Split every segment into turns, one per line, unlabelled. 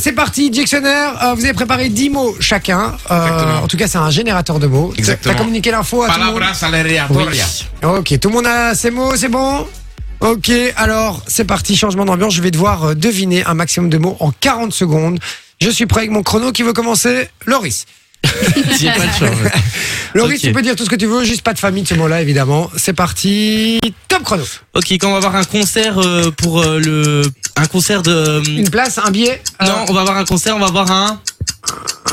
c'est parti, dictionnaire. Euh, vous avez préparé 10 mots chacun. Euh,
Exactement.
en tout cas, c'est un générateur de mots.
Exactement.
T'as communiqué l'info à tout le monde
Palabras aleatorias.
Oui. Ok, tout le monde a ses mots, c'est bon Ok, alors c'est parti, changement d'ambiance. Je vais devoir euh, deviner un maximum de mots en 40 secondes. Je suis prêt avec mon chrono qui veut commencer. Loris.
J'ai pas de chance.
Loris,
Ok.
tu peux dire tout ce que tu veux, juste pas de famille de ce mot-là, évidemment. C'est parti, top chrono.
Ok, quand on va avoir un concert euh, pour euh, le. Un concert de.
Une place, un billet, euh,
Non, on va avoir un concert, on va avoir un.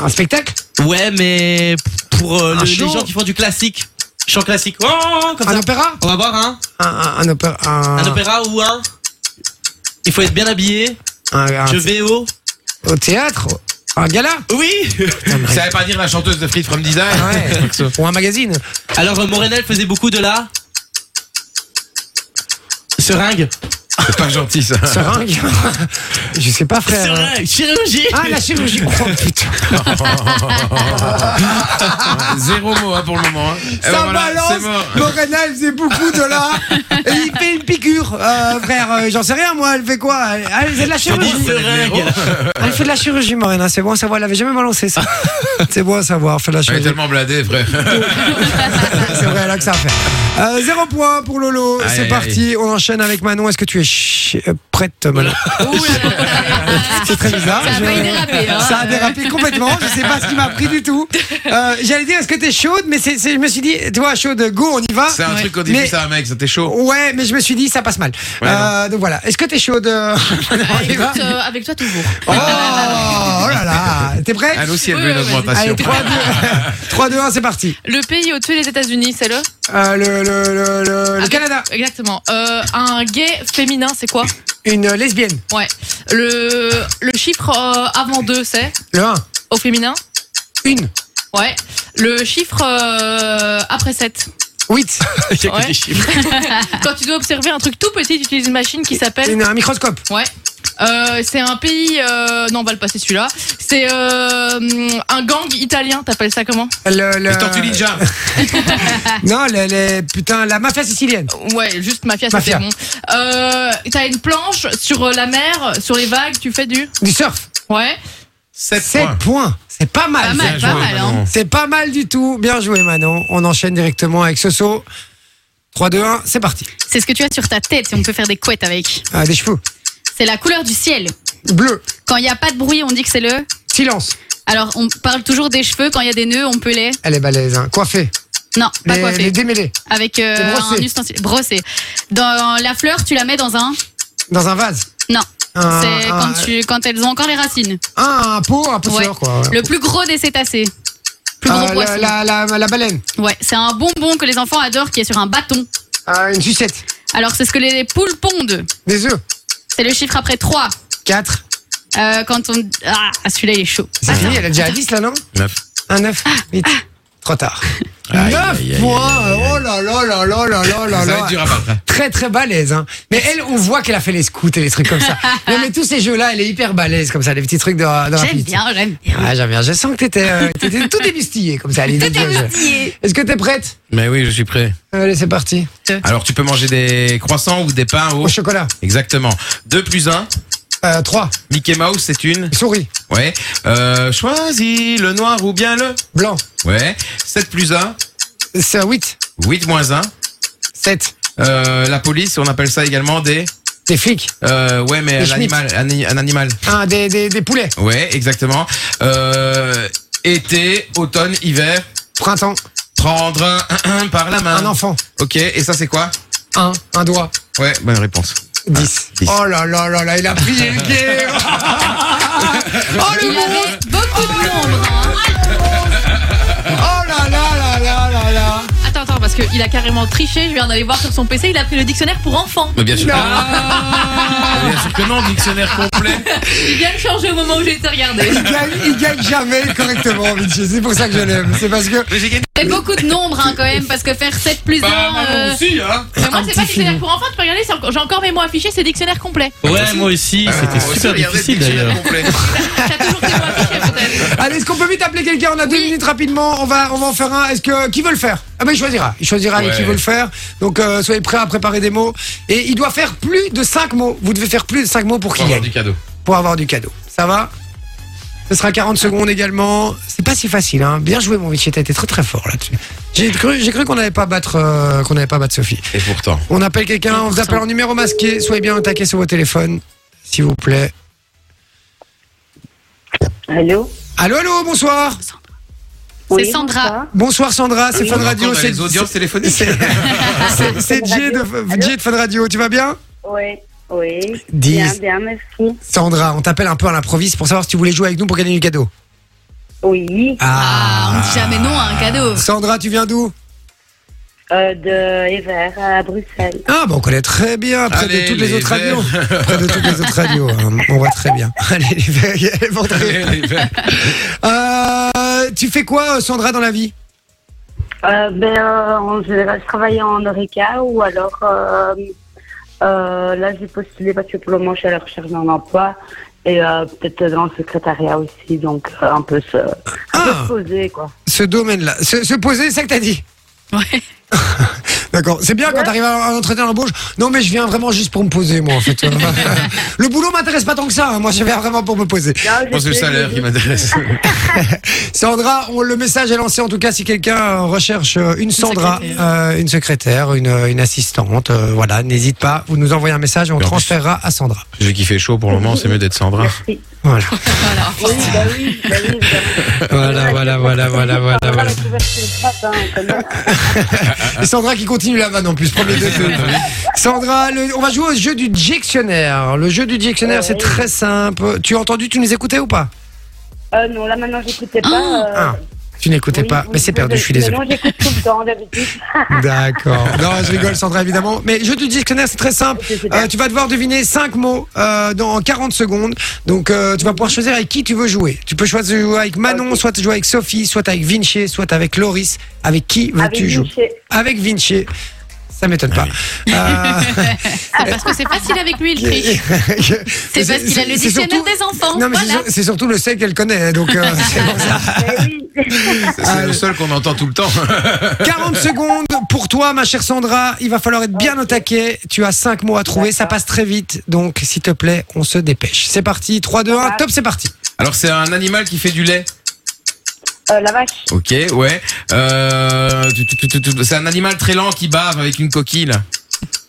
un spectacle,
Ouais, mais pour euh,
Un
le- les
show.
gens qui font du classique. Chant classique. Oh, comme
un
ça.
opéra,
On va avoir un.
un, un, un opéra, un,
Un opéra ou un. Il faut être bien habillé.
un- un-
Je vais au.
au théâtre, un gala,
Oui
Ça veut pas dire la chanteuse de Free From Design
Ouais. ou un magazine.
Alors, euh, Morenel faisait beaucoup de la. Seringue.
C'est pas gentil ça.
Seringue, je sais pas, frère.
Seringue, chirurgie.
Ah, la chirurgie. Oh, putain.
Eh Zéro mot hein, pour le moment. hein. Eh ben
Ça
voilà, c'est
balance.
mort.
Morena, elle faisait beaucoup de là. Et il fait une piqûre, euh, frère. euh, J'en sais rien, moi. Elle fait quoi Elle, elle fait de la
Dis
chirurgie.
Ah, seringue.
Elle fait de la chirurgie, Morena. C'est bon à savoir. Elle avait jamais balancé ça. C'est bon à savoir. Fait de la
Elle est
chirurgie.
tellement bladée, frère.
C'est vrai, elle a que ça à faire. Euh, zéro point pour Lolo.
Aïe,
C'est
aïe,
parti. On enchaîne avec Manon. Est-ce que tu es ch- euh, prête, Manon C'est très bizarre.
Ah. Ça a
Je-
failli déraper, hein.
Ça a dérapé complètement. Je sais pas ce qui m'a pris du tout. Euh, J'allais dire, est-ce que t'es chaude Mais c'est, c'est- je me suis dit, tu vois, chaude, go, on y va.
C'est un
Ouais.
truc qu'on dit plus
Mais-
ça, mec, ça t'es chaud.
Ouais, mais je me suis dit, ça passe mal.
Ouais,
Euh, donc voilà. Est-ce que t'es chaude euh,
Ah, écoute,
Eva
euh, avec toi toujours.
oh, oh là là T'es prêt
Elle aussi, elle
Oui,
veut une
oui, vas-y.
Allez,
augmentation.
3, 2, 3, 2, 1, c'est parti.
Le pays au-dessus des États-Unis, c'est le
Euh, le, le, le, le, le
Avec-
Canada.
Exactement. Euh, un gay féminin, c'est quoi
Une lesbienne.
Ouais. Le, le chiffre euh, avant deux, c'est
Le 1.
au féminin
Une.
Ouais. Le chiffre euh, après 7.
8.
Il y a que
Ouais.
des chiffres.
Quand tu dois observer un truc tout petit, tu utilises une machine qui s'appelle.
Une, un microscope.
Ouais. Euh, c'est un pays. euh, Non, on va le passer celui-là. C'est euh, un gang italien. T'appelles ça comment
Le, le...
Les tortues ninja.
Non, les, les- putain, la mafia sicilienne.
Ouais, juste mafia,
Mafia.
c'était bon. Euh, T'as une planche sur euh, la mer, sur les vagues, tu fais du.
Du surf.
Ouais.
7
7
points.
points. C'est pas mal. ça.
Pas mal, pas mal. Hein.
Manon.
C'est pas mal du tout. Bien joué, Manon. On enchaîne directement avec ce saut. 3, 2, 1, c'est parti.
C'est ce que tu as sur ta tête et on peut faire des couettes avec.
Ah, des cheveux.
C'est la couleur du ciel.
Bleu.
Quand il n'y a pas de bruit, on dit que c'est le.
Silence.
Alors on parle toujours des cheveux. Quand il y a des nœuds, on peut les.
Elle est balèze. Hein. Coiffée.
Non, pas
les,
coiffés.
les démêlés.
Avec euh,
C'est brossé.
un ustensile brossé. Dans la fleur, tu la mets dans un.
Dans un vase.
Non.
Un-
C'est
un-
quand, tu, quand elles ont encore les racines.
Ah, un pot, un pot
Ouais.
fleur, quoi.
Le plus gros des cétacés. Plus gros
Euh,
poisson.
la, la, la- la baleine.
Ouais, c'est un bonbon que les enfants adorent qui est sur un bâton.
Euh, une sucette.
Alors c'est ce que les poules pondent.
Des œufs.
C'est le chiffre après 3.
4.
Euh, quand on. Ah, celui-là il est chaud.
C'est fini, elle a déjà 10 là, non
Neuf.
Un 9. Vite. Trop tard.
Aïe,
9 points. Oh là là là là là là là
Ça va être
là.
dur à battre. hein.
Très très balèze. Hein. Mais elle, on voit qu'elle a fait les scouts et les trucs comme ça. non, mais tous ces jeux-là, elle est hyper balèze comme ça, les petits trucs dans, dans la
J'aime
piste.
bien, j'aime bien.
Ah, j'aime bien. Je sens que t'étais euh, t'étais tout débustillé comme ça, les deux jeux. Est-ce que t'es prête Euh,
Mais oui, je suis prêt.
Allez, c'est parti.
Alors, tu peux manger des croissants ou des pains au.
Au chocolat.
Exactement. 2 plus 1.
3.
Mickey Mouse, c'est une.
Souris.
Ouais. Euh, choisis le noir ou bien le.
Blanc.
Ouais. 7 plus 1.
8.
8 moins 1.
7.
Euh, la police, on appelle ça également des.
Des flics.
Euh, ouais, mais
Des
un animal, un, un animal.
Un, des, des, des poulets.
Ouais, exactement. Euh, été, automne, hiver.
Printemps.
Prendre un, un par la main.
Un enfant.
Ok, et ça c'est quoi
Un. Un doigt.
Ouais, bonne réponse.
10.
dix.
Oh là là là là, il a pris le pied. Oh le
Il
monde.
avait beaucoup de nombres. hein.
Oh là là là là là là.
Attends, attends, parce qu'il a carrément triché. Je viens d'aller voir sur son PC. Il a pris le dictionnaire pour enfants.
Mais bien sûr.
Non.
que- Bien sûr que non, dictionnaire complet.
Il vient de changer au moment où j'ai été regarder.
Il gagne, il gagne jamais correctement, Vinci. C'est pour ça que je l'aime. C'est parce que.
Mais j'ai gagné.
C'est beaucoup de nombres hein, quand même, parce que faire 7 plus euh, 1.
Bah,
euh.
maman aussi, hein.
Mais moi,
Un
c'est
petit
pas dictionnaire
filou.
pour enfants. Tu peux regarder. c'est encore- J'ai encore mes mots affichés. C'est dictionnaire complet.
Ouais, Ah, moi aussi, c'était
Moi aussi,
super
regardez,
difficile
dictionnaire
d'ailleurs.
complet.
T'as toujours tes mots affichés, peut-être.
Allez, est-ce qu'on peut vite appeler quelqu'un On a deux minutes rapidement. On va, on va en faire un. Est-ce que qui veut le faire Ah ben il choisira. Il choisira avec
Ouais.
qui veut le faire. Donc euh, soyez prêts à préparer des mots. Et il doit faire plus de 5 mots. Vous devez faire plus de 5 mots pour
Faut
qu'il
avoir
gagne,
du cadeau.
pour avoir du cadeau. Ça va Ce sera 40 secondes également. C'est pas si facile, hein. Bien joué, mon Vichy. T'as été très très fort là-dessus. J'ai cru, j'ai cru qu'on n'allait pas battre, euh, qu'on n'allait pas battre Sophie.
Et pourtant.
On appelle quelqu'un, on vous appelle en numéro masqué. Soyez bien au taquet sur vos téléphones, s'il vous plaît.
Allô
Allô, allô, bonsoir.
Oui,
Sandra.
bonsoir.
Bonsoir Sandra, c'est
On
Fun
entend
Radio.
dans
C'est
les audiences téléphoniques.
c'est- c'est- c'est
Fun
Jay de,
Radio.
Jay de Fun Radio. Tu vas bien
Oui, oui.
Dis.
Bien, bien, merci.
Sandra, on t'appelle un peu à l'improviste pour savoir si tu voulais jouer avec nous pour gagner du cadeau.
Oui,
Ah, on dit jamais non à un cadeau.
Sandra, tu viens d'où
euh, de Ever à Bruxelles.
Ah, bah on connaît très bien, près de
Allez,
toutes les,
les
autres
verts.
radios. Près de toutes les autres radios, hein. on voit très bien. Allez, les verts, il y a les vents de rire. Euh, tu fais quoi, euh, Sandra, dans la vie
Euh, ben, euh, en général, je travaille en Oreca ou alors euh, euh, là, j'ai postulé parce que pour le moment, je suis à la recherche d'un emploi et euh, peut-être dans le secrétariat aussi, donc euh, un peu se, un peu
Ah,
se poser, quoi.
ce domaine-là. Se, se poser, c'est ça que t'as dit
Ouais.
D'accord, c'est bien quand t'arrives à un entretien d'embauche. Non, mais je viens vraiment juste pour me poser, moi, en fait. Le boulot m'intéresse pas tant que ça. hein. Moi, je viens vraiment pour me poser.
Non,
Je pense que c'est le salaire qui m'intéresse.
Sandra, on- le message est lancé. En tout cas, si quelqu'un euh, recherche euh, une Sandra,
secrétaire.
euh, une secrétaire, une, euh, une assistante, euh, voilà, n'hésite pas. Vous nous envoyez un message et on
Mais en plus-
transférera à Sandra.
Vu qu'il fait chaud pour le moment, c'est mieux d'être Sandra.
Merci.
Voilà,
Voilà.
Oui, bah oui, bah oui.
voilà, voilà, voilà, voilà, voilà. voilà. Et Sandra qui continue la vanne en plus, premier degré. Sandra, le- on va jouer au jeu du dictionnaire. Le jeu du dictionnaire, c'est
Oui.
très simple. Tu as entendu, tu nous écoutais ou pas
Euh, non, là maintenant, j'écoutais pas. euh,
Ah, tu n'écoutais
Oui,
pas.
oui,
Mais c'est perdu, je suis
mais
désolé.
Non, j'écoute tout le temps d'habitude.
D'accord. Non, je rigole, Sandra, évidemment. Mais jeu du dictionnaire, c'est très simple.
C'est- c'est
Euh, tu vas devoir deviner cinq mots euh, dans en 40 secondes. Donc, euh, tu vas pouvoir choisir avec qui tu veux jouer. Tu peux choisir de jouer avec Manon,
Ok.
soit tu joues avec Sophie, soit avec Vinci, soit avec Loris. Avec qui
Avec
veux-tu jouer
Michel.
Avec Vinci. Ça m'étonne pas. Euh,
C'est parce que c'est facile avec lui, il triche. C'est parce qu'il a le
c'est
dictionnaire
surtout-
des enfants.
Non, mais c'est
voilà.
sur- c'est surtout le seul qu'elle connaît. hein, Donc, euh, c'est pour ça.
Mais oui.
C'est Ah, le seul qu'on entend tout le temps.
40 secondes pour toi, ma chère Sandra. Il va falloir être bien au taquet. Tu as 5 mots à trouver. Ça passe très vite. Donc, s'il te plaît, on se dépêche. C'est parti. 3, 2, 1. Top, c'est parti.
Alors, c'est un animal qui fait du lait.
Euh, la vache.
Ok, ouais. Euh, tu- tu- tu- tu- c'est un animal très lent qui bave avec une coquille. là.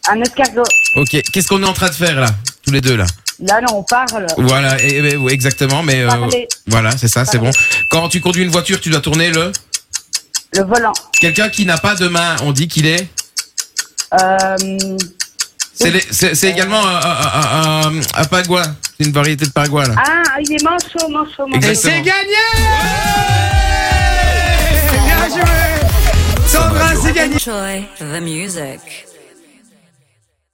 Un escargot.
Ok. Qu'est-ce qu'on est en train de faire là Tous les deux là.
Là, là, on parle.
Voilà, et- et- ouais, exactement, mais euh,
Parler.
voilà, c'est ça, c'est bon.
Parler.
Quand tu conduis une voiture, tu dois tourner le.
Le volant.
Quelqu'un qui n'a pas de main, on dit qu'il est.
Euh,
C'est les- c'est- c'est également un, un, un, un- un pagua. C'est une variété de pagua là.
ah, il est manchot, manchot, manchot.
Et
Exactement.
c'est gagné Bien joué Sandra, c'est gagné
Enjoy the music.